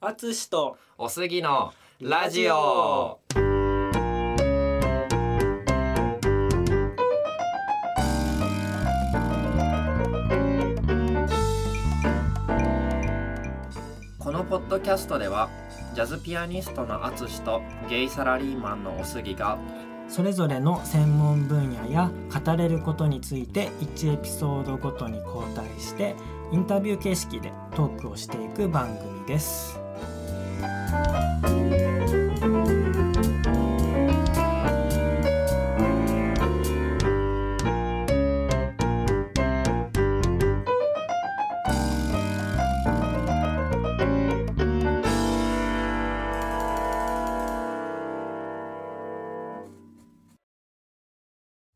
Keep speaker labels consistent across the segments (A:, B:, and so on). A: あつしと
B: おすぎのラジオこのポッドキャストではジャズピアニストのあつしとゲイサラリーマンのおすぎが
A: それぞれの専門分野や語れることについて1エピソードごとに交代してインタビュー形式でトークをしていく番組です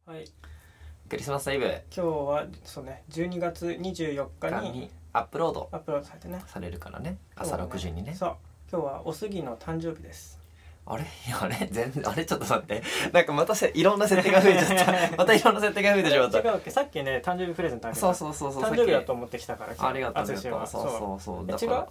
A: はい
B: クリスマスイブ
A: 今日はそうね12月24日に
B: にアップロード
A: アップロードされてね
B: されるからね朝6時にね
A: そう今日はおすぎの誕生日です
B: あれ いやあれ全然あれちょっと待ってなんかまたせいろんな設定が増えちゃったまたいろんな設定が増えてしまっ
A: 違う
B: た
A: わけさっきね誕生日プレゼントあげた
B: そうそうそうそう
A: 誕生日だ
B: さっき
A: と思ってきたから
B: ありがとうありが
A: 淳
B: と
A: は
B: うそうそうそう
A: え
B: だから
A: 違う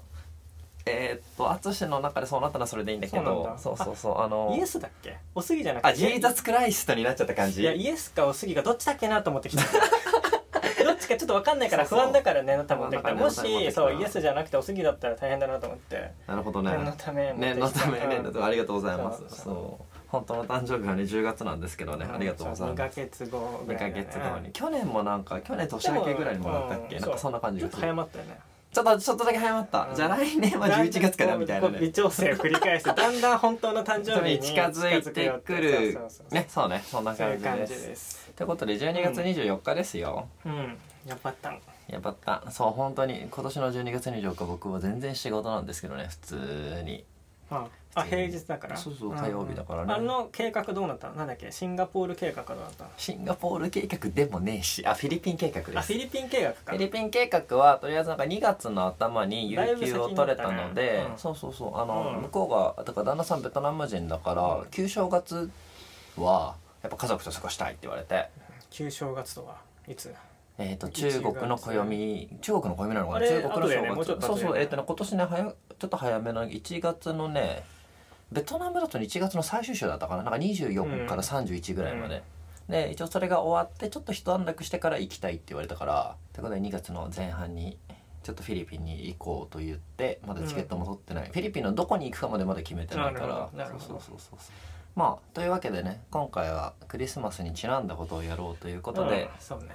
B: えーっと淳の中でそうなったのはそれでいいんだけ
A: そうなん
B: ど
A: だ
B: そうそうそうあの
A: イエスだっけおすぎじゃなくて
B: あジーザスクライストになっちゃった感じ
A: いやイエスかおすぎかどっちだっけなと思ってきた どっちかちょっと分かんないから
B: そ
A: 不
B: うそう
A: 安だからねなたもってきた
B: 不安
A: も
B: だか
A: しそ
B: らねなたも持ってきた
A: うイエスじゃなくておすぎだったら大変だなと思って
B: なるほどね
A: 念のため持ってきた
B: 念のため念のためありがとうございます
A: そうそう
B: そう本当の誕生日はね10月なんですけどねありがとうござい
A: 2
B: ま
A: ヶ
B: す
A: 月後ぐ
B: 2
A: ら
B: ヶ
A: いだね
B: 月後に去年もなんか去年年明けぐらいにもらったっけ
A: でも
B: なんかそんな感じ
A: ちょ
B: が
A: っと
B: す
A: 早
B: る
A: まったよね
B: ちょっとちょっとだけ早まった
A: うん
B: じゃあ来年は11月かなみたいな
A: こう微
B: ね
A: 調整を繰り返 してだんだん本当の誕生日に
B: 近づいてくる
A: そうそうそう
B: ねそうねそんな
A: そうい
B: 感
A: う感
B: じ
A: じ
B: で
A: ですす
B: ってことで12月24日ですよ
A: うんやばったん
B: やばったそう本当に今年の12月24日僕は全然仕事なんですけどね普通に
A: ああ平日だから
B: そうそうん
A: ん
B: 火曜日だからね
A: あの計画どうなったのなんだっけシンガポール計画はどうなったの
B: シンガポール計画でもねえしあフィリピン計画で
A: あ
B: す
A: フィリピン計画か
B: フィリピン計画はとりあえずなんか2月の頭に有給を取れたの
A: だいぶ先にな
B: で
A: ったねうん
B: そうそうそうあの、
A: うん
B: 向こうがだから旦那さんベトナム人だから旧正月はやっぱ家族と過ごしたいって言われて、
A: 旧正月とはいつ
B: えー、と中国の暦中国の暦なのか
A: あ
B: な
A: れ
B: 中国の
A: 後だよねもうちょっと
B: 正月そ
A: 後
B: う
A: だよね
B: そうえっ、とね今年ね早ちょっと早めの1月のねベトナムだと1月の最終週だったかななんか24から31ぐらいまで、で一応それが終わってちょっと一段落してから行きたいって言われたからということで2月の前半にちょっとフィリピンに行こうと言ってまだチケットも取ってない、フィリピンのどこに行くかまでまだ決めてないから
A: なるほどなるほど
B: そうそうそうそうまあというわけでね今回はクリスマスにちなんだことをやろうということで、
A: うんそうね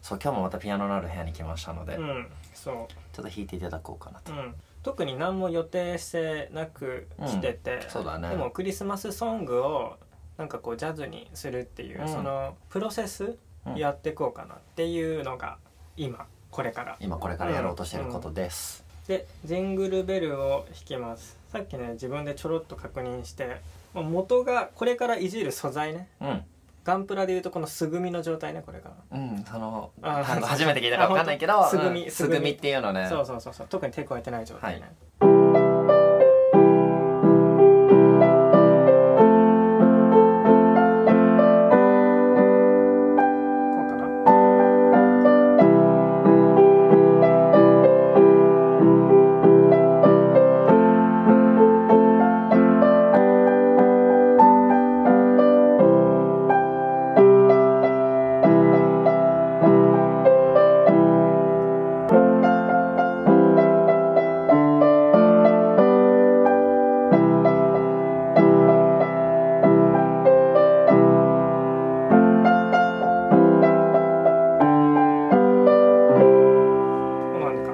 B: そう今日もまたピアノのある部屋に来ましたの
A: う
B: で、ちょ
A: んそ
B: っと弾いていただこうかな
A: う
B: と、
A: うん特に何も予定してなく来てて、
B: そうだね
A: でもクリスマスソングをなんかこうジャズにするっていう、
B: うん
A: そのプロセス
B: うん
A: やっていこうかなっていうのが今これから
B: 今これからやろうとしていることです、
A: でジングルベルを弾きますさっきね自分でちょろっと確認してまあ元がこれからいじる素材ね
B: うんうん
A: ガンプラでいうとこの素組みの状態ねこれから、
B: その
A: あ
B: 単語 初めて聞いたから分かんないけど
A: あ本当素組み
B: うん
A: 素
B: 素
A: 組み
B: 組みっていうのね
A: そうそうそうそう特に手加えてない状態ね、
B: はい
A: こうかなこうなんか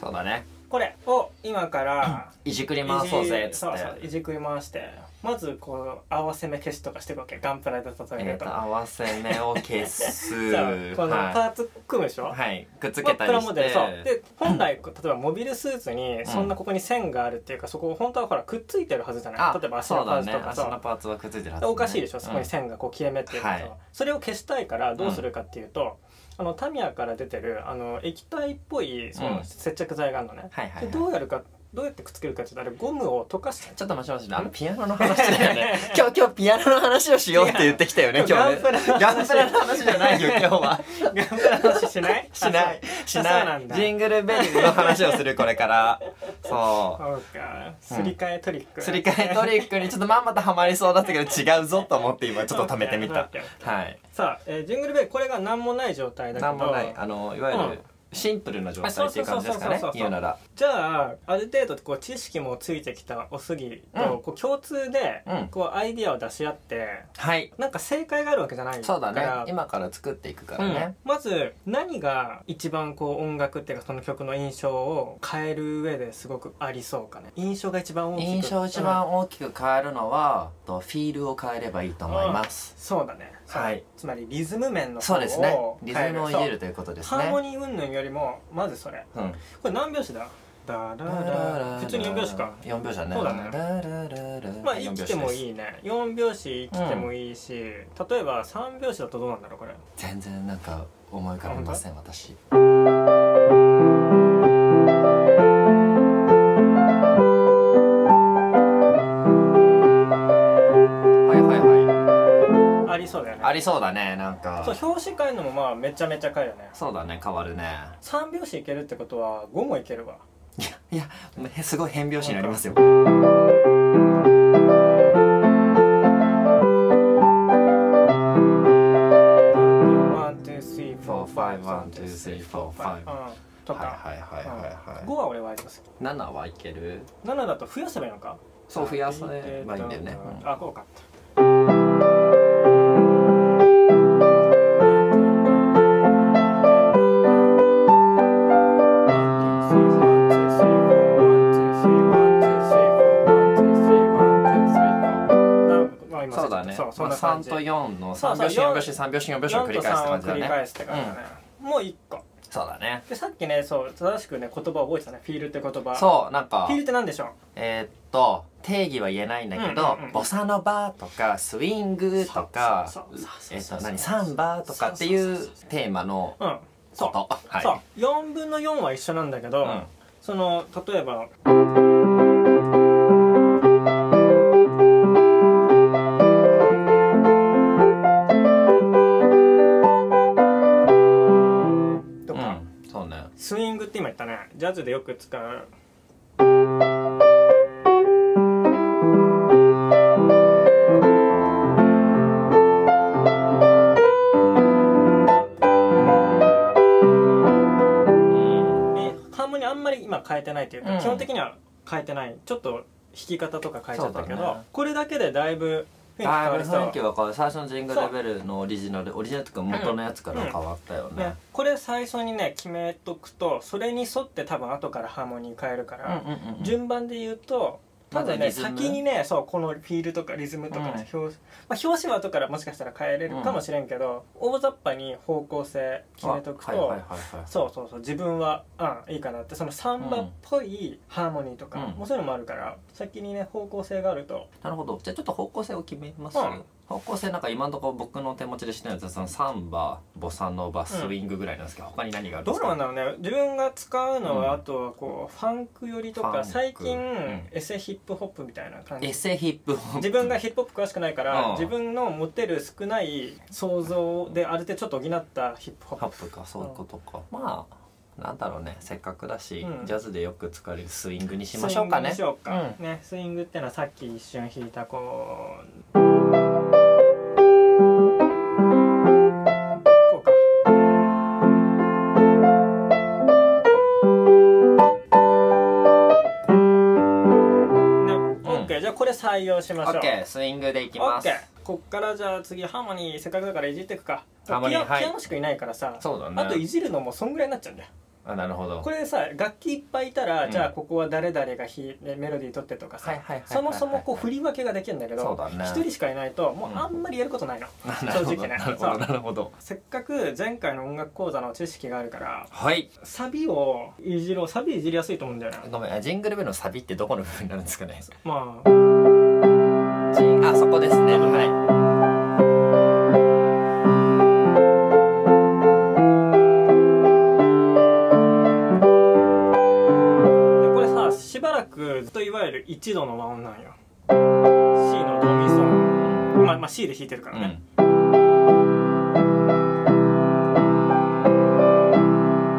B: そうだね
A: これを今から
B: いじくり回そうぜっつっ
A: いじそ
B: て
A: うそういじくり回してまずこう合わせ目消しとかしていくわけガンプラで例え
B: え
A: る
B: ー、
A: と,、
B: と合わせ目を消す
A: そうこの
B: は
A: パーツ組むでしょ、
B: い、はい、くっつけた
A: プラ
B: り
A: モ
B: し
A: デル
B: て
A: そうで本来こう例えばモビルスーツにそんなここに線があるっていうか、そこ本当はほらくっついてるはずじゃない
B: あ
A: 例えば足
B: そ
A: の
B: う
A: パー
B: だ
A: ツ
B: ね
A: とか
B: 足
A: さ
B: のパーツはくっついてるはず、ね、
A: おかしいでしょそこに
B: うん
A: 線がこう切れ目っていうかさ、
B: はい
A: それを消したいからどうするかっていうと、あのタミヤから出てるあの液体っぽいそ
B: うん
A: の接着剤があるのね、
B: はいはい、はい、
A: でどうやるかどうやってくっつけるかって言ったらゴムを溶かして
B: ちょっと待ちますねあのピアノの話だよね今日今日ピアノの話をしようって言ってきたよね今
A: ガ
B: 日ね
A: ンプラの話
B: ガンプラの話じゃないよ今日は
A: ガンプラの話しない
B: しないし
A: そう
B: な
A: なん
B: い
A: だ
B: ジングルベルの話をするこれ からそう
A: そうかすり替えトリック、
B: すり替えトリックにちょっとまんまとハマりそうだったけど違うぞと思って今ちょっと貯めてみ
A: オッ
B: た
A: ケーオッ
B: はい
A: さあ、えージングルベルこれが何もない状態だけど
B: なんもないあのいわゆ
A: うん
B: るシンプルな状態っていう感じですか
A: あ
B: ね
A: そうそうそうそうそう
B: 言うなら
A: じゃあある程度こう知識もついてきたおすぎと、
B: うん
A: こう共通で
B: うん
A: こうアイディアを出し合って
B: はい
A: なんか正解があるわけじゃないから
B: そうだね今から作っていくからね
A: うんまず何が一番こう音楽っていうかその曲の印象を変える上ですごくありそうかね印象が一番大きく
B: 印象一
A: うん
B: 番大きく変えるのはとフィールを変えればいいと思います
A: そうだね
B: はい
A: つまりリズム面の方
B: そうですね
A: を
B: リ
A: 変
B: ズ
A: え
B: ムを入れるということで
A: そ
B: す
A: うハーモ
B: ね
A: ニー云々よりもまずそれ
B: うん
A: これ何拍子だだらら普通に4拍子か
B: 4拍子だね
A: そうだね
B: ララララ
A: まあ生きても
B: 四拍子です
A: いいね4拍子生きてもいいし、例えば3拍子だとどうなんだろうこれ
B: 全然なんか思い浮かびません私はいはいはい
A: ありそうだよね
B: ありそうだねなんか
A: そう表紙変えるのもまあめちゃめちゃ変えるね
B: そうだね変わるね
A: 3拍子いけるってことは5もいけるわ
B: いやいやもうすごい変拍子になりますよ
A: 1,2,3,4,5,1,2,3,4,5
B: 1,2,3,4,5
A: とか
B: はいはいはい
A: 5
B: は
A: は俺割と好き
B: い7はいける
A: 7だと増やせばいいのか
B: そう増やせばいいんだよねうん
A: あこうかまあ今
B: そうだね。
A: そうそ
B: ま
A: ん
B: あ
A: な感
B: 三
A: じ
B: と四の
A: そうそ
B: 三
A: う
B: 拍子四拍子三拍子四拍子を繰り返すって感
A: 四と
B: じだ
A: 三を繰り
B: ね。
A: 返すって感じだねもう一個
B: そうだね。
A: でさっきねそう正しくね言葉を覚えてたねフィールって言葉
B: そうなんか
A: フィールって何でしょう
B: えーっと定義は言えないんだけ
A: う
B: ど
A: んうんうん、
B: ボサノバとかスイングとか
A: そうそうそうそう
B: えーっと何サンバとかっていうテーマの
A: うんそ
B: こ
A: う
B: と。はい。
A: そう4分の4は一緒なんだけど、
B: うん
A: その例えばと
B: う
A: か、
B: ん。そうね。
A: スイングって今言ったねジャズでよく使うえ
B: うん
A: ハーモニーあんまり今変えてないというか、
B: うん
A: 基本的には変えてないちょっと弾き方とか変えちゃったけ
B: そう
A: ど、
B: だね
A: これだけでだいぶ雰囲気変
B: だ
A: わ
B: いぶ
A: りそ
B: 雰囲
A: う
B: 気わかる最初のジングルベルのオリジナルオリジナルとか元のやつから変わったよね
A: ね、これ最初にね決めとくとそれに沿って多分後からハーモニー変えるか
B: うん
A: ら、
B: うんうんうん
A: 順番で言うと多分
B: まず
A: ね
B: リズム
A: 先にねそうこのフィールとかリズムとか、
B: うん
A: 表まあ、表紙は後からもしかしたら変えれるかもしれんけど、大雑把に方向性決めとくと、
B: あはいはいはいはい
A: そうそうそう自分は、うん、いいかなってそのサンバっぽいハーモニーとか、
B: うん
A: もうそういうのもあるから先にね方向性があると
B: なるほどじゃあちょっと方向性を決めます、
A: うん
B: 方向性なんか今のところ僕の手持ちで知ってるやつはそのサンバボサノバスイングぐらいなんですけど、他に何があるん
A: ど
B: で
A: う
B: すか
A: なんだろうね自分が使うのは、
B: うん
A: あとはこうファンク寄りと
B: ファン
A: か
B: ク
A: 最近、
B: うん
A: エセヒップホップみたいな感
B: エ
A: じ
B: セヒップホップ
A: 自分がヒップホップ詳しくないから、
B: うん
A: 自分の持てる少ない想像である程度ちょっと補ったヒップホップ
B: ホップかそういうことか、まあなんだろうねせっかくだし、
A: うん
B: ジャズでよく使われるスイングにしましょうかね
A: スイングにしようか、
B: う
A: ねスイングってのはさっき一瞬弾いたこうこうかねオッケーじゃあこれ採用し
B: オ
A: ましょう
B: ッケースイングでいき
A: オッ
B: ま
A: ケ
B: す
A: ーこっからじゃあ次ハーモニーせっかくだからいじっていくかピ
B: ハ
A: ア
B: ーモニーはい
A: ピアノしかいないからさ
B: そうだね
A: あといじるのもそんぐらいになっちゃうんだよ
B: あなるほど
A: これさ楽器いっぱいいたら、
B: うん
A: じゃあここは誰々が弾いてメロディー取ってとかさ、
B: はいはいはいはいはい
A: そもそもこう振り分けができるんだけ
B: そう
A: ど
B: だね
A: 一、人しかいないともうあんまりやることないの、
B: なるほど
A: 正直ね
B: なるほ
A: そ
B: ど
A: う
B: なるほど
A: せっかく前回の音楽講座の知識があるから
B: はい
A: サビをいじろうサビいじりやすいと思うんだよな、
B: ごめんあジングルベルのサビってどこの部分になるんですかね
A: まあ
B: ジンあそこですねはい
A: でこれさしばらずっといわゆる一度の和音なんよ C のドミソンまあ、まあ、C で弾いてるからね、で4
B: うん、本当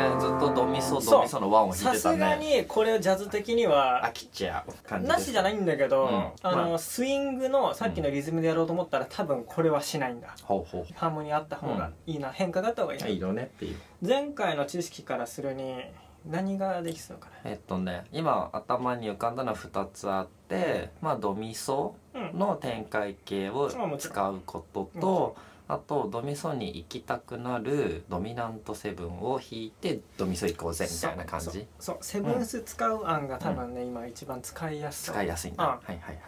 A: に
B: だねずっとドミソドミソの和音弾
A: さ
B: いて
A: す
B: た
A: が
B: ね
A: にこれをジャズ的に
B: 飽
A: は
B: きちゃう感じ
A: なしじゃないいんだけど、
B: うん
A: あの
B: まあ
A: スイングのさっきのリズムでやろうと思ったら多分これはしないんだ
B: ほうほ
A: ハーモニーあった方がいいな、変化があった方がいいな、
B: ういいのねっていう
A: 前回の知識からするに何ができそうか
B: えっとね今頭に浮かんだのは2つあってまあドミソ
A: なうん
B: の展開形を
A: あもちろん
B: 使うこと
A: もちろ
B: とあとドミソに行きたくなるドミナントセブンを弾いてドミソ行こうぜみたいな感
A: そう
B: じ
A: そうセブンス使う案が多分ね、今一番使いやすい
B: 使いやすいんだ
A: うん
B: はいはいはい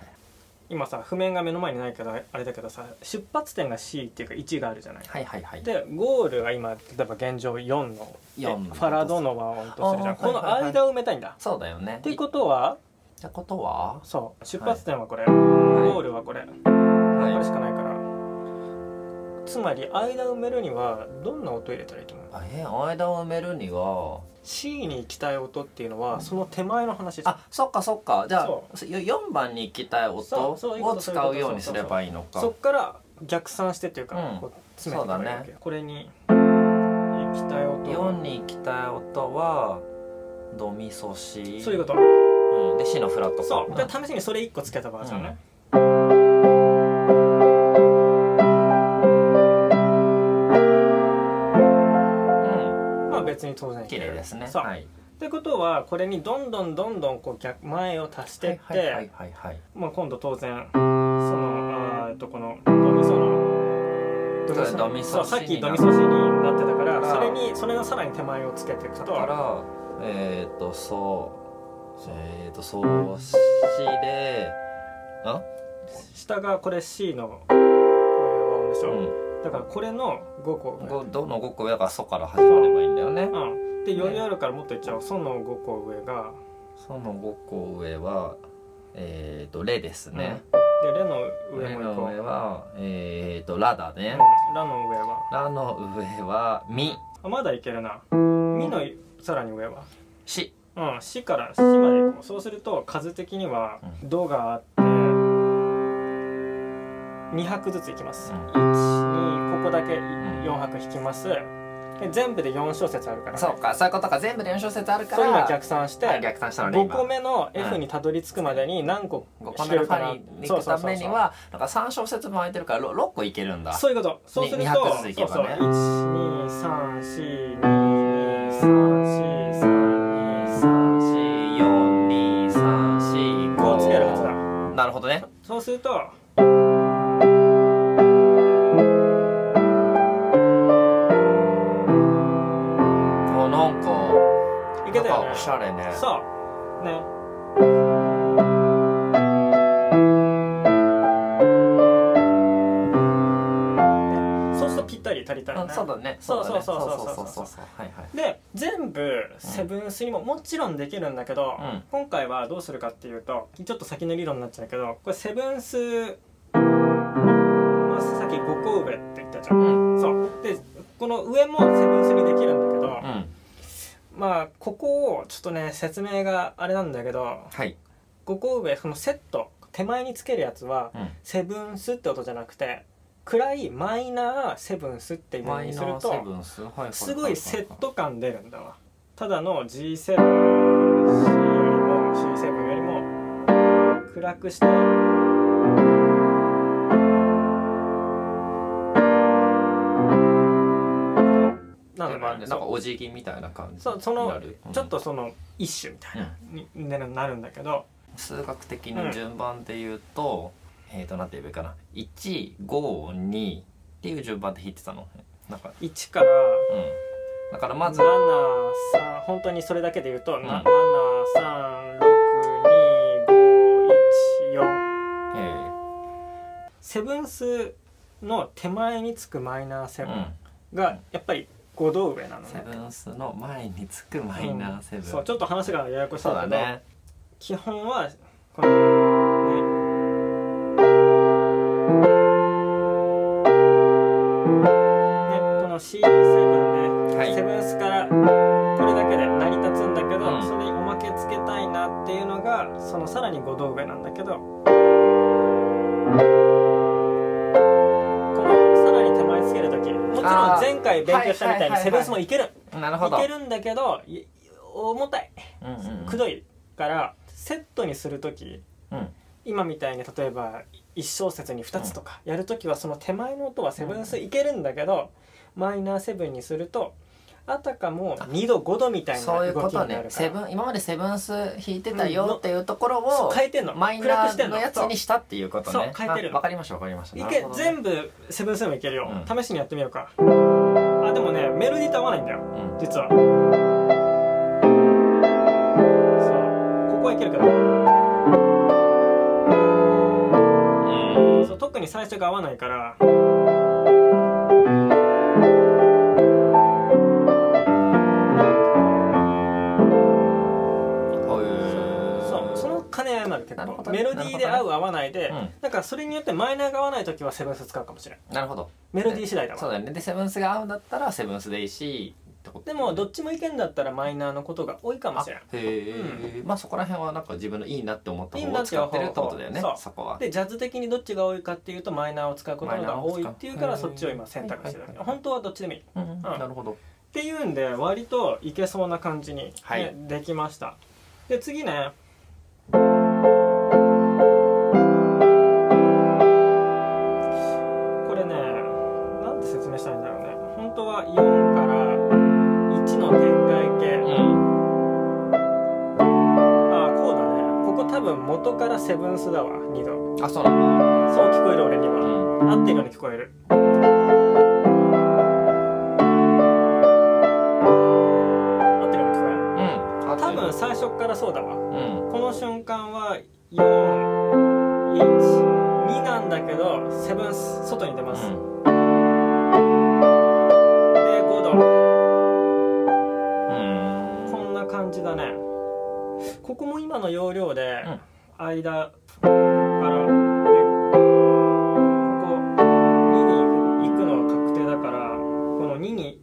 A: 今さ譜面が目の前にないけどあれだけどさ出発点が C っていうか1があるじゃない
B: はいはいはい
A: でゴールが今例えば現状4のえ
B: 4の
A: ファラドの和音とするじゃん
B: あー
A: この
B: はいはいはい
A: 間を埋めたいんだ
B: そうだよね
A: ってことは
B: ってことは
A: そう出発点はこれ、
B: はい
A: ゴールはこれ、これ
B: は
A: しかないからつまり間を埋めるにはどんな音入れたらいいと思う
B: いえ間を埋めるには
A: C に行きたい音っていうのはその手前の話
B: あそっかそっかじゃあ
A: そ
B: 4番に行きたい音
A: そうそういうこ
B: を
A: と
B: 使うように
A: そ
B: す
A: ういうこと
B: ればいいのか
A: そっから逆算してっていうか、
B: うん
A: こう詰めていけばいいわ
B: そう
A: け、これに行きたい
B: 4
A: 音
B: に行きたい音はドミソシ
A: そういうこと
B: うんで C のフラット
A: そう
B: か
A: で試しにそれ1個つけたバージョンね、
B: うん
A: まあ別に当然いけ
B: 綺
A: る
B: 麗ですね
A: そう、
B: はい
A: ってことはこれにどんどんどんどんこう逆前を足してって、
B: はいはいはいはい
A: まあ、今度当然そのあーえっとこのドミソのド
B: そうドミソ
A: そうさっ
B: シ
A: き
B: に
A: ド
B: な
A: ミソシになってたか
B: あ
A: ら
B: ー
A: それにそれのさらに手前をつけていく
B: だ
A: と
B: からえっとそうえっとそうしであ
A: 下がこれ C のこういう和音でし
B: う
A: ょ、
B: ん
A: だからこれの5個上
B: ごどの5個上からソから始まればいいんだよね
A: うん、でよりあるからもっといっちゃおうソの5個上が
B: その5個上はえっとレですね
A: でレの上
B: レ
A: もい
B: の
A: こう、う
B: 上はえっとラだね
A: ん、ラの上は
B: ラの上はミ
A: あまだいけるなミのさらに上は
B: シ
A: うん、死から死まで行こうそうすると数的には「
B: う
A: ド」があって2拍ずついきます、
B: うん
A: 12ここだけ
B: ん
A: 4拍弾きますで全部で4小節あるから、ね、
B: そうかそういうことか全部で4小節あるか
A: それ今
B: ら
A: 逆算して
B: はい逆算したのね
A: 5
B: 今
A: 個目の F にたどり着くまでに何個
B: 5個
A: 弾け
B: 目の
A: る
B: フ
A: か
B: ァ
A: な
B: に行くために
A: そうそうそうそう
B: はなんか3小節も空いてるから 6, 個いけるんだ
A: そういうことそうすると
B: に200ずついけばね
A: そうそう12342234325
B: 1234
A: つけるはずだ
B: なるほどね
A: そうすると
B: もうなんか
A: い
B: な
A: け
B: ん
A: たよ
B: か
A: ね
B: おしゃれね
A: そうねねそうするとぴったり足りたら
B: うん
A: ね
B: そうだね
A: そうそうそうそう
B: そうそうそうはいはい
A: で全部セブンスにももちろんできるんだけど、
B: うん
A: 今回はどうするかっていうとちょっと先の理論になっちゃうけどこれセブンスまあさっき5個上って言ったじゃん、
B: うん
A: そうでこの上もセブンスにできるんだけど、
B: うん
A: まあここをちょっとね説明があれなんだけど
B: はい
A: 5個上そのセット手前につけるやつは
B: うん
A: セブンスって音じゃなくて暗いマイナーセブンスっていうの
B: マ
A: に
B: イ
A: す
B: ナ
A: る
B: ーセ
A: と
B: ブンスはいははは
A: すごいセット感出るんだわただの G7C よりも C7 よりも暗くしてなのでま
B: な
A: あ
B: ん
A: そ
B: か
A: う
B: お辞儀みたいな感じ
A: そうその
B: になるうん
A: ちょっとその一種みたいなにになるんだけど
B: 数学的に順番で言うと、えっ、ー、となんて言えばいいかな152っていう順番で弾いてたのなんか
A: 1から
B: うんだからまず、
A: 73本当にそれだけで言うと、な
B: うん
A: 7362514
B: えー
A: セブンスの手前につくマイナーセ
B: う
A: ブン
B: ん、
A: がやっぱり5度上なの
B: セ
A: ね、
B: ブンスの前につくマイナーセブン、
A: そうちょっと話がややこしい
B: そ
A: ん
B: う
A: だけ
B: だ
A: ど、
B: ね
A: 基本はこのねねこの C7 で、
B: はい
A: セブンスからこれだけで成り立つんだけど、
B: うん
A: それがそのさらに5度上なんだけどこのさらに手前つける時もちろん
B: あー
A: 前回勉強したみた
C: はいはいはい
A: いに
C: はい
A: セブンスもいける
B: なるほ
A: い
B: ど
A: けるんだけどい重たい
B: うんうんうん
A: くどいからセットにする時
B: うん
A: 今みたいに例えば1小節に2つとかやる時はその手前の音はセブンスいけるんだけどマイナーセブンにするとあたかも2度5度みたいな
B: そういう
A: 動
B: こ
A: きにな
B: と
A: るから
B: ねセブン今までセブンス弾いてたよっていうところ
A: そう
B: を
A: 変えてんの
B: マイ
A: 暗
B: ナ
A: くして
B: ー
A: ん
B: のやつにしたっていうこと
A: そう
B: ね
A: 変えてるの
B: あわかりましたわかりました
A: い
B: なる
A: け
B: ほどね
A: 全部セブンセブンいけるよ、
B: う
A: 試しにやってみようかあでもねメロディーと合わないんだよ
B: うん
A: 実はそうここはいけるからそう特に最初が合わないから
B: こういう
A: そうその兼ね合いまで結
B: なるほ
A: 構
B: どね
A: メロディーで合う合わないで、
B: うん
A: なんかそれによってマイナーが合わない時はセブンス使うかもしれない
B: なるほど
A: メロディー次第だわ、
B: そうだよねでセブンスが合うんだったらセブンスでいいしってこと
A: でもどっちもいけんだったらマイナーのことが多いかも
B: あ
A: しれない
B: へえ、まあそこら辺はなんか自分のいいなって思った方を使ってるってことだよ
A: いいなってい
B: ね
A: う方をそう
B: そこは
A: でジャズ的にどっちが多いかっていうとマイナーを使うことの方が多いっていうか
B: マ
A: ら
B: イナ
A: そ
B: ー
A: っ
B: を
A: ち
B: 使
A: を
B: う
A: 今選択してるわけ
B: はいはいはい
A: 本当はどっちでもいいっ
B: うんうん
A: うん
B: なるほど
A: ていうんで割といけそうな感じに、ね
B: はい
A: できましたで次ねこれねなんて説明したらいいんだろうね本当は4から1の展開系、
B: うん
A: ああこうだねここ多分元からセブンスだわ2度
B: あそうなんだ
A: そう聞こえる俺には、
B: うん
A: 合ってるように聞こえる合ってるように聞こえる
B: うん
A: 多分最初っからそうだわ
B: うん
A: この瞬間は412なんだけどセブンス外に出ます、で
B: う
A: 5度
B: んうん
A: こんな感じだねここも今の要領で、
B: うん
A: 間からでここ2に行くのは確定だからこの2に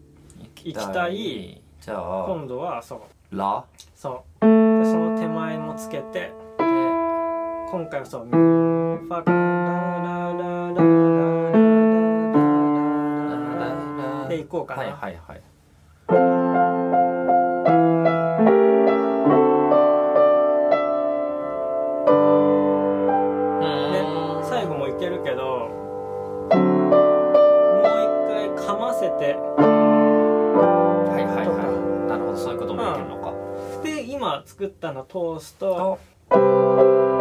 A: 行きたい
B: じゃあ
A: 今度はそう
B: ラ
A: そうでその手前もつけて
B: で
A: 今回はそうミファラララララララララララで行こうかな
B: はいはいはい
A: で
B: うーん
A: 最後もいけるけどもう一回かませて
B: はいはいはいなるほどそういうこともできるのか
A: で今作ったの通すと
B: と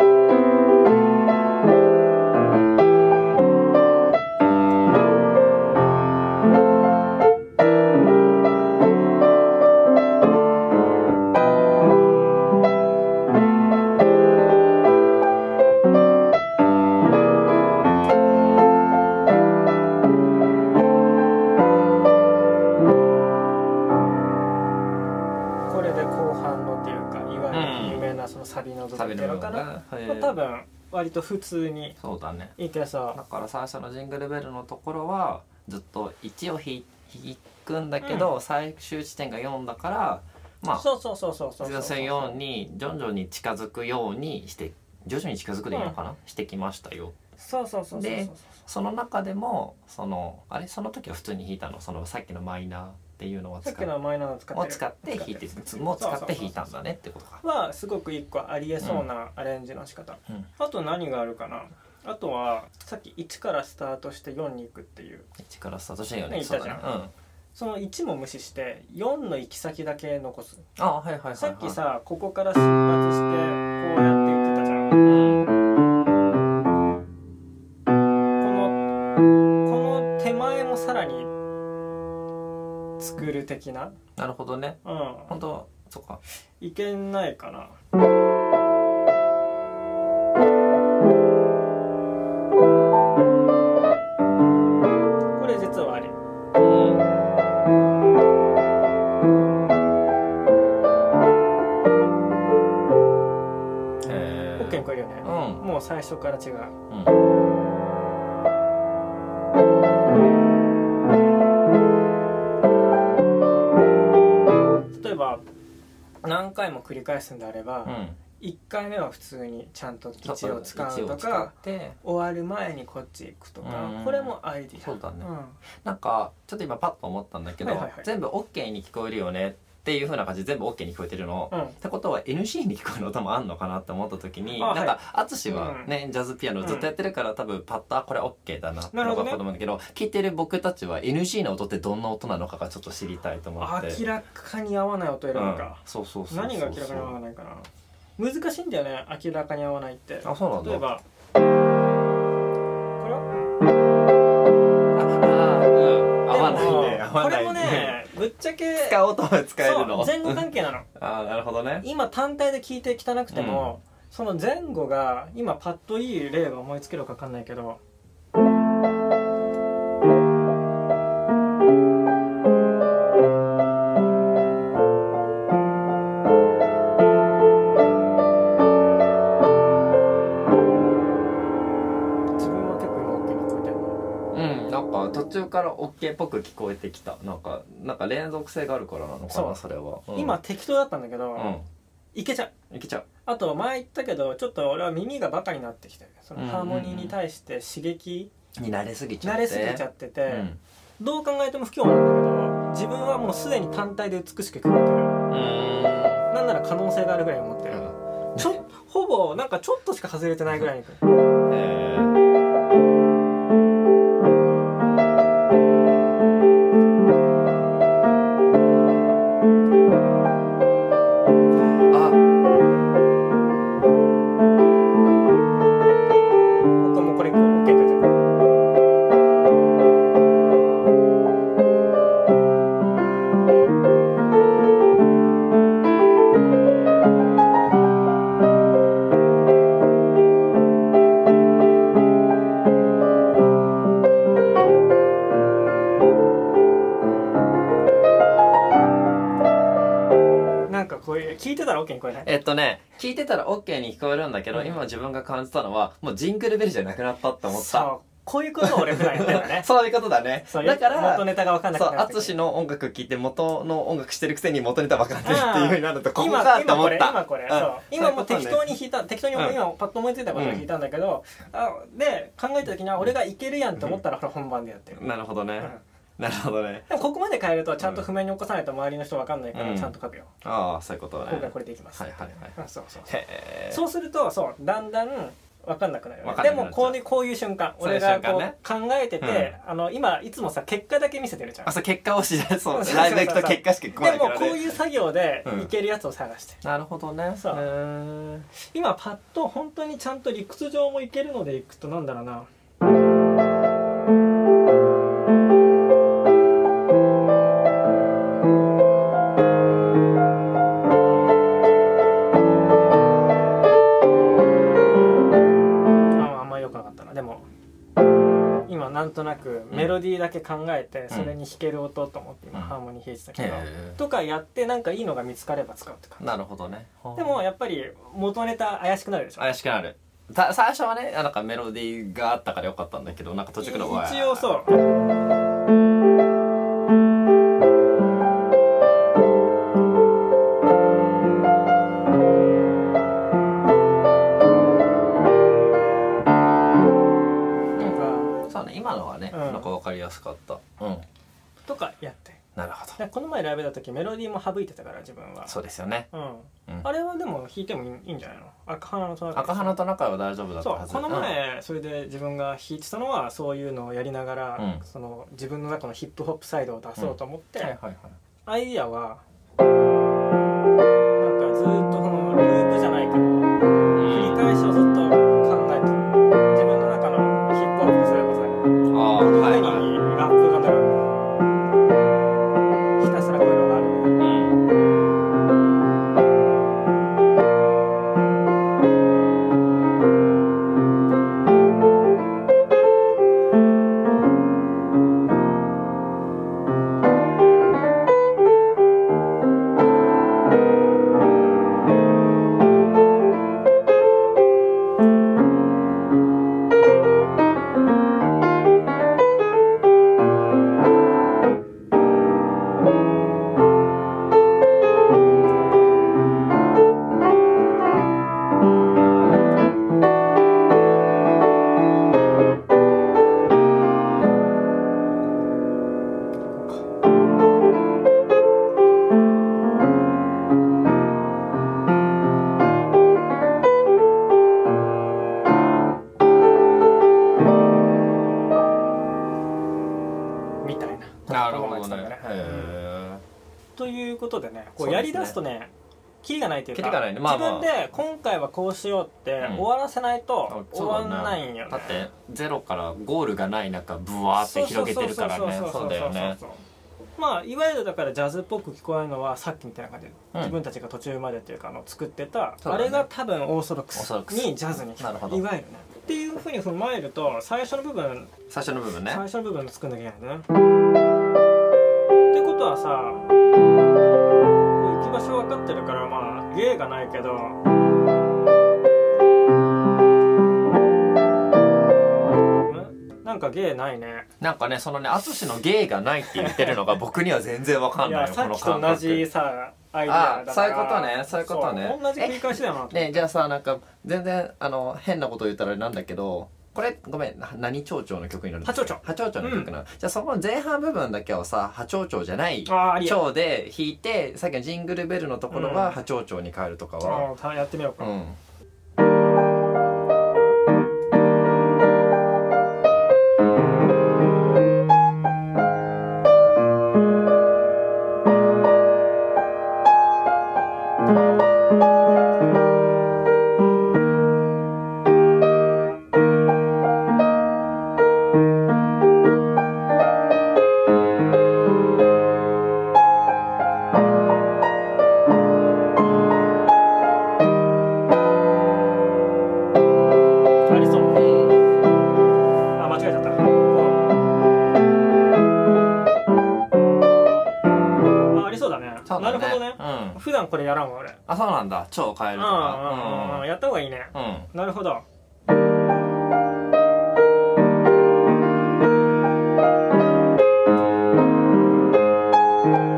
A: これで後半のっていうかいわゆる有名なそのサビの部分
B: 食
A: っ
B: べ
A: ていうの
B: るの
A: か
B: か
A: な、
B: なへ
A: まあ、
B: ー
A: 多分割と普通に
B: そうだね
A: いけそう
B: だから最初のジングルベルのところはずっと1を弾弾くんだけど、最終地点が4だからまあ
A: そうそうそうそうそう
B: 要するに4に徐々に近づくようにして徐々に近づくでいいのかな、してきましたよ
A: そうそうそうそうそう
B: でその中でもそのあれその時は普通に弾いたのそのさっきのマイナーっていうのを
A: さ
B: 使
A: っき
B: っ
A: のマイナーの使って
B: を
A: る
B: 使って弾いて
A: 使ってる
B: もう使って弾いたんだねってことか
A: はすごく一個ありえそうなアレンジの仕方、
B: うん
A: あと何があるかなあとはさっき1からスタートして4に行くっていう
B: 1からスタートしてよね
A: ね
B: そうだね
A: 言っ
B: うんあ
A: その1も無視して4の行き先だけ残す
B: はいはいはい、はい、
A: さっきさここから出発してこうやって言ってたじゃん
B: うん
A: このこの手前もさらに作る的な
B: なるほどね
A: うん
B: 本当そっか
A: いけないかなこれ実はあり
B: うんえー
A: OK に超えるよね
B: うん
A: もう最初から違う
B: うん
A: 例えば何回も繰り返すんであれば、
B: うん
A: 1回目は普通にちゃんと基地を使う
B: 一
A: と
B: を使
A: か
B: って
A: 終わる前にこっち行くとか、
B: うん
A: これもアイディア
B: そうだね
A: ん
B: なんかちょっと今パッと思ったんだけど、
A: はいはいはい
B: 全部 OK に聞こえるよねっていう風な感じで全部 OK に聞こえてるの、
A: うん
B: ってことは NG に聞こえる音もあんのかなって思った時に
A: あ
B: なん
A: は
B: か淳はね、ジャズピアノずっとやってるから、多分パッとあこれ OK だなってのが分かると思うんだけど聞いてる僕たちは NG の音ってどんな音なのかがちょっと知りたいと思って。
A: 明らかに合わない音選ぶか、
B: うん、そうそうそうそう
A: 何が明らかに合わないかな難しいんだよね明らかに合わないって
B: あそうなんだ
A: 例えばこれは
B: ああうん合わないね
A: で
B: 合
A: も
B: わ
A: こ
B: ない
A: れもねぶっちゃけ
B: 使おうと思えば使えるの
A: そう前後関係なの
B: ああなるほどね
A: 今単体で聞いて汚くても、その前後が今パッといい例が思いつけるか分かんないけど自分は結構今 OK に聞こえてる
B: うんなんか途中から OK っぽく聞こえてきたなんかなんか連続性があるからなのか
A: そ
B: な
A: う
B: それは、うん
A: 今適当だったんだけど、
B: う
A: いけちゃうん
B: いけちゃう
A: あと前言ったけどちょっと俺は耳がバカになってきてるそのハーモニーに対して刺激、
B: に慣れすぎちゃっ
A: 慣
B: て
A: れすぎちゃ
B: っ
A: ってて、
B: て
A: どう考えても不協和なんだけど自分はもうすでに単体で美しく聞こえて
B: う
A: る
B: ん
A: なんなら可能性があるぐらい思ってる、
B: う
A: ちょほぼなんかちょっとしか外れてないぐらいに
B: んえーあ
A: 僕もこれ OK って言ってるなんかこういう聞いてたら OK にこれない
B: えっとね、聞いてたら OK に聞こえるんだけど、
A: うん
B: 今自分が感じたのは、もうジングルベルじゃなくなったって思った。
A: そうこういうことを俺普段やってるんだね
B: そういうことだね。
A: そう
B: だから
A: 元、ネタが分かんなく
B: そう、
A: な
B: ア
A: ってくる
B: ツシの音楽聞いて元の音楽してるくせに元ネタわかんないっていう風になると、ここ
A: 今
B: かって
A: 今
B: 思
A: こ
B: っ
A: れ
B: た。
A: 今これ、
B: うん
A: そう今もう
B: そういう
A: 適
B: ことね
A: 当に弾いた、適当に
B: うん
A: 今パッと思いついたことを弾いたんだけど、あで考えた時には俺がいけるやんと思ったらこれ本番でやってる、
B: なるほどね
A: うん。
B: なるほどね。
A: でもここまで変えるとちゃんと譜面に起こさないと周りの人わかんないか
B: う
A: ら
B: ん
A: ちゃんと書くよ、
B: ああ、そういうことだね。
A: 今回これでいきます、
B: はいはいはい。
A: うんそうそう
B: へ
A: そうするとそうだんだん分かんなくなるよね
B: わかん
A: で
B: なくなっちゃう
A: もこう,、こういう瞬間
B: そう
A: 俺
B: いう瞬間
A: が
B: ね
A: こう考えてて、あの今いつもさ結果だけ見せてるじゃん
B: あ、そう、結果を知らそ
A: そうそう
B: う。
A: そう
B: ライブ行くと結果しか来ない
A: で
B: か
A: も
B: ら
A: こう
B: ね。
A: いう作業で
B: うん
A: いけるやつを探してる、
B: なるほどね。
A: そう
B: へー
A: 今パッと本当にちゃんと理屈上もいけるのでいくとなんだろうなああんま良くなかったなでも今なんとなくメロディーだけ考えてそれに弾ける音と思って今
B: うん
A: ハーモニー弾いてたけど、
B: へ
A: とかやってなんかいいのが見つかれば使うって感
B: ー
A: じ
B: なるほどね。
A: でもやっぱり元ネタ怪しくなるでしょ
B: 怪しくなるた最初はねなんかメロディーがあったからよかったんだけどなんか途中からわー
A: 一応そうなんか
B: そうね今のはね、
A: うん
B: なんか分かりやすかったうん
A: とかやって
B: なるほ
A: でこの前ライブだった時メロディーも省いてたから自分は
B: どそうですよね
A: う、
B: うん
A: ん、あれはでも弾いてもいいいいんじゃないの赤花のトラック
B: 赤花と仲は大丈夫だった
A: そ
B: は
A: う
B: ず
A: この前それで自分が弾いてたのはそういうのをやりながら、
B: うん
A: その自分の中のヒップホップサイドを出そうと思って、
B: うんはいはいはい
A: アイディアはなんかずっとそのループじゃないから繰り返しをずっと考えて自分の中のヒップホップサイドをさ
B: ああはい
A: 常
B: はい
A: にラップが鳴るひたすらこういうのがある
B: うん
A: ここ
B: そううですね
A: やりだすとねキリがないというか
B: キリがないねまあまあ
A: 自分で今回はこうしようって
B: うん
A: 終わらせないと終わ
B: そうんだね
A: ないんよね、
B: だってゼロからゴールがない中ブワーって広げてるからね
A: そうそ
B: そう
A: うそうそ
B: だ
A: うそう
B: よね
A: そうそうまあいわゆるだからジャズっぽく聞こえるのはさっきみたいな感じで、
B: うん
A: 自分たちが途中までっていうかあの作ってた、
B: そう
A: あ
B: だ
A: れ
B: ね
A: が多分オーソドック
B: オーソドッ
A: ス
B: クス
A: にジャズに
B: なるほど
A: いわゆるねっていうふうに踏まえると最初の部分
B: 最初の部分ね
A: 最初の部分作んなきゃいけないんだね。ってことはさこう行き場所分かってるからまあ芸がないけど。んなんか芸ないね
B: なんかねそのね淳の芸がないって言ってるのが僕には全然わかん
A: い
B: ない
A: や
B: よ
A: さ
B: こ
A: っ
B: の
A: きと
B: 感
A: 同
B: 覚
A: じさアイデアだから
B: あーそういうことねそういうことね
A: そう同じ繰り返しだよな
B: ねじゃあさなんか全然あの変なこと言ったらあれなんだけどこれごめんな何蝶々の曲になる
A: 波長長
B: 波長長の曲なの、じゃあそこの前半部分だけはさ波長長じゃない
A: あーありや
B: 蝶で弾いてさっきのジングルベルのところ
A: う
B: は
A: ん
B: 波長長に変えるとかは、
A: あーやってみようか、
B: うん。
A: ありそうあ間違えちゃったあありそうだね
B: そう
A: な
B: だ
A: るほどね
B: う、ん。
A: 普段これやらんわ俺
B: あ、そうなんだ。蝶を変え
A: うん
B: ると
A: うんうんうん
B: か。
A: やった方がいいね
B: うん。うん。
A: なるほど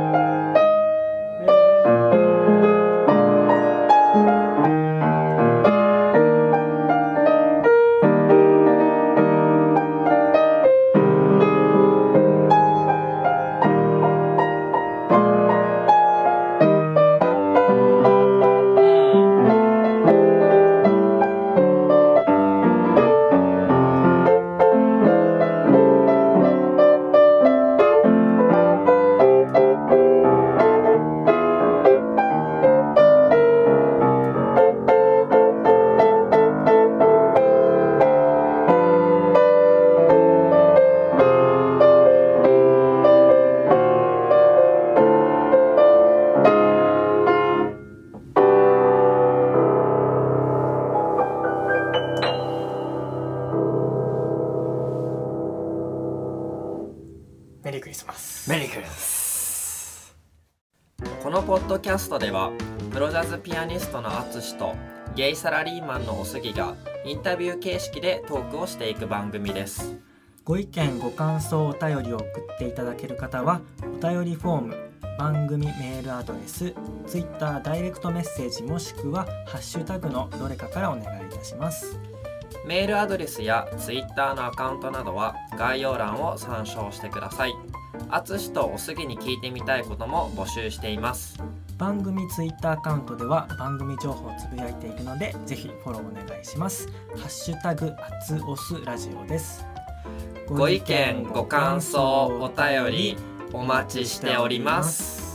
A: えーメリークリスマス
B: メリークリスこのポッドキャストではプロジャズピアニストの淳とゲイサラリーマンのおすぎがインタビュー形式でトークをしていく番組です
A: ご意見ご感想お便りを送っていただける方はお便りフォーム番組メールアドレス Twitter ダイレクトメッセージもしくは「ハッシュタグのどれかからお願いいたします
B: メールアドレスやツイッターのアカウントなどは概要欄を参照してください淳とおすぎに聞いてみたいことも募集しています
A: 番組 Twitter アカウントでは番組情報をつぶやいているのでぜひフォローお願いします「ハッシュタグあつおすラジオ」です
B: ご意見ご感想お便りお待ちしております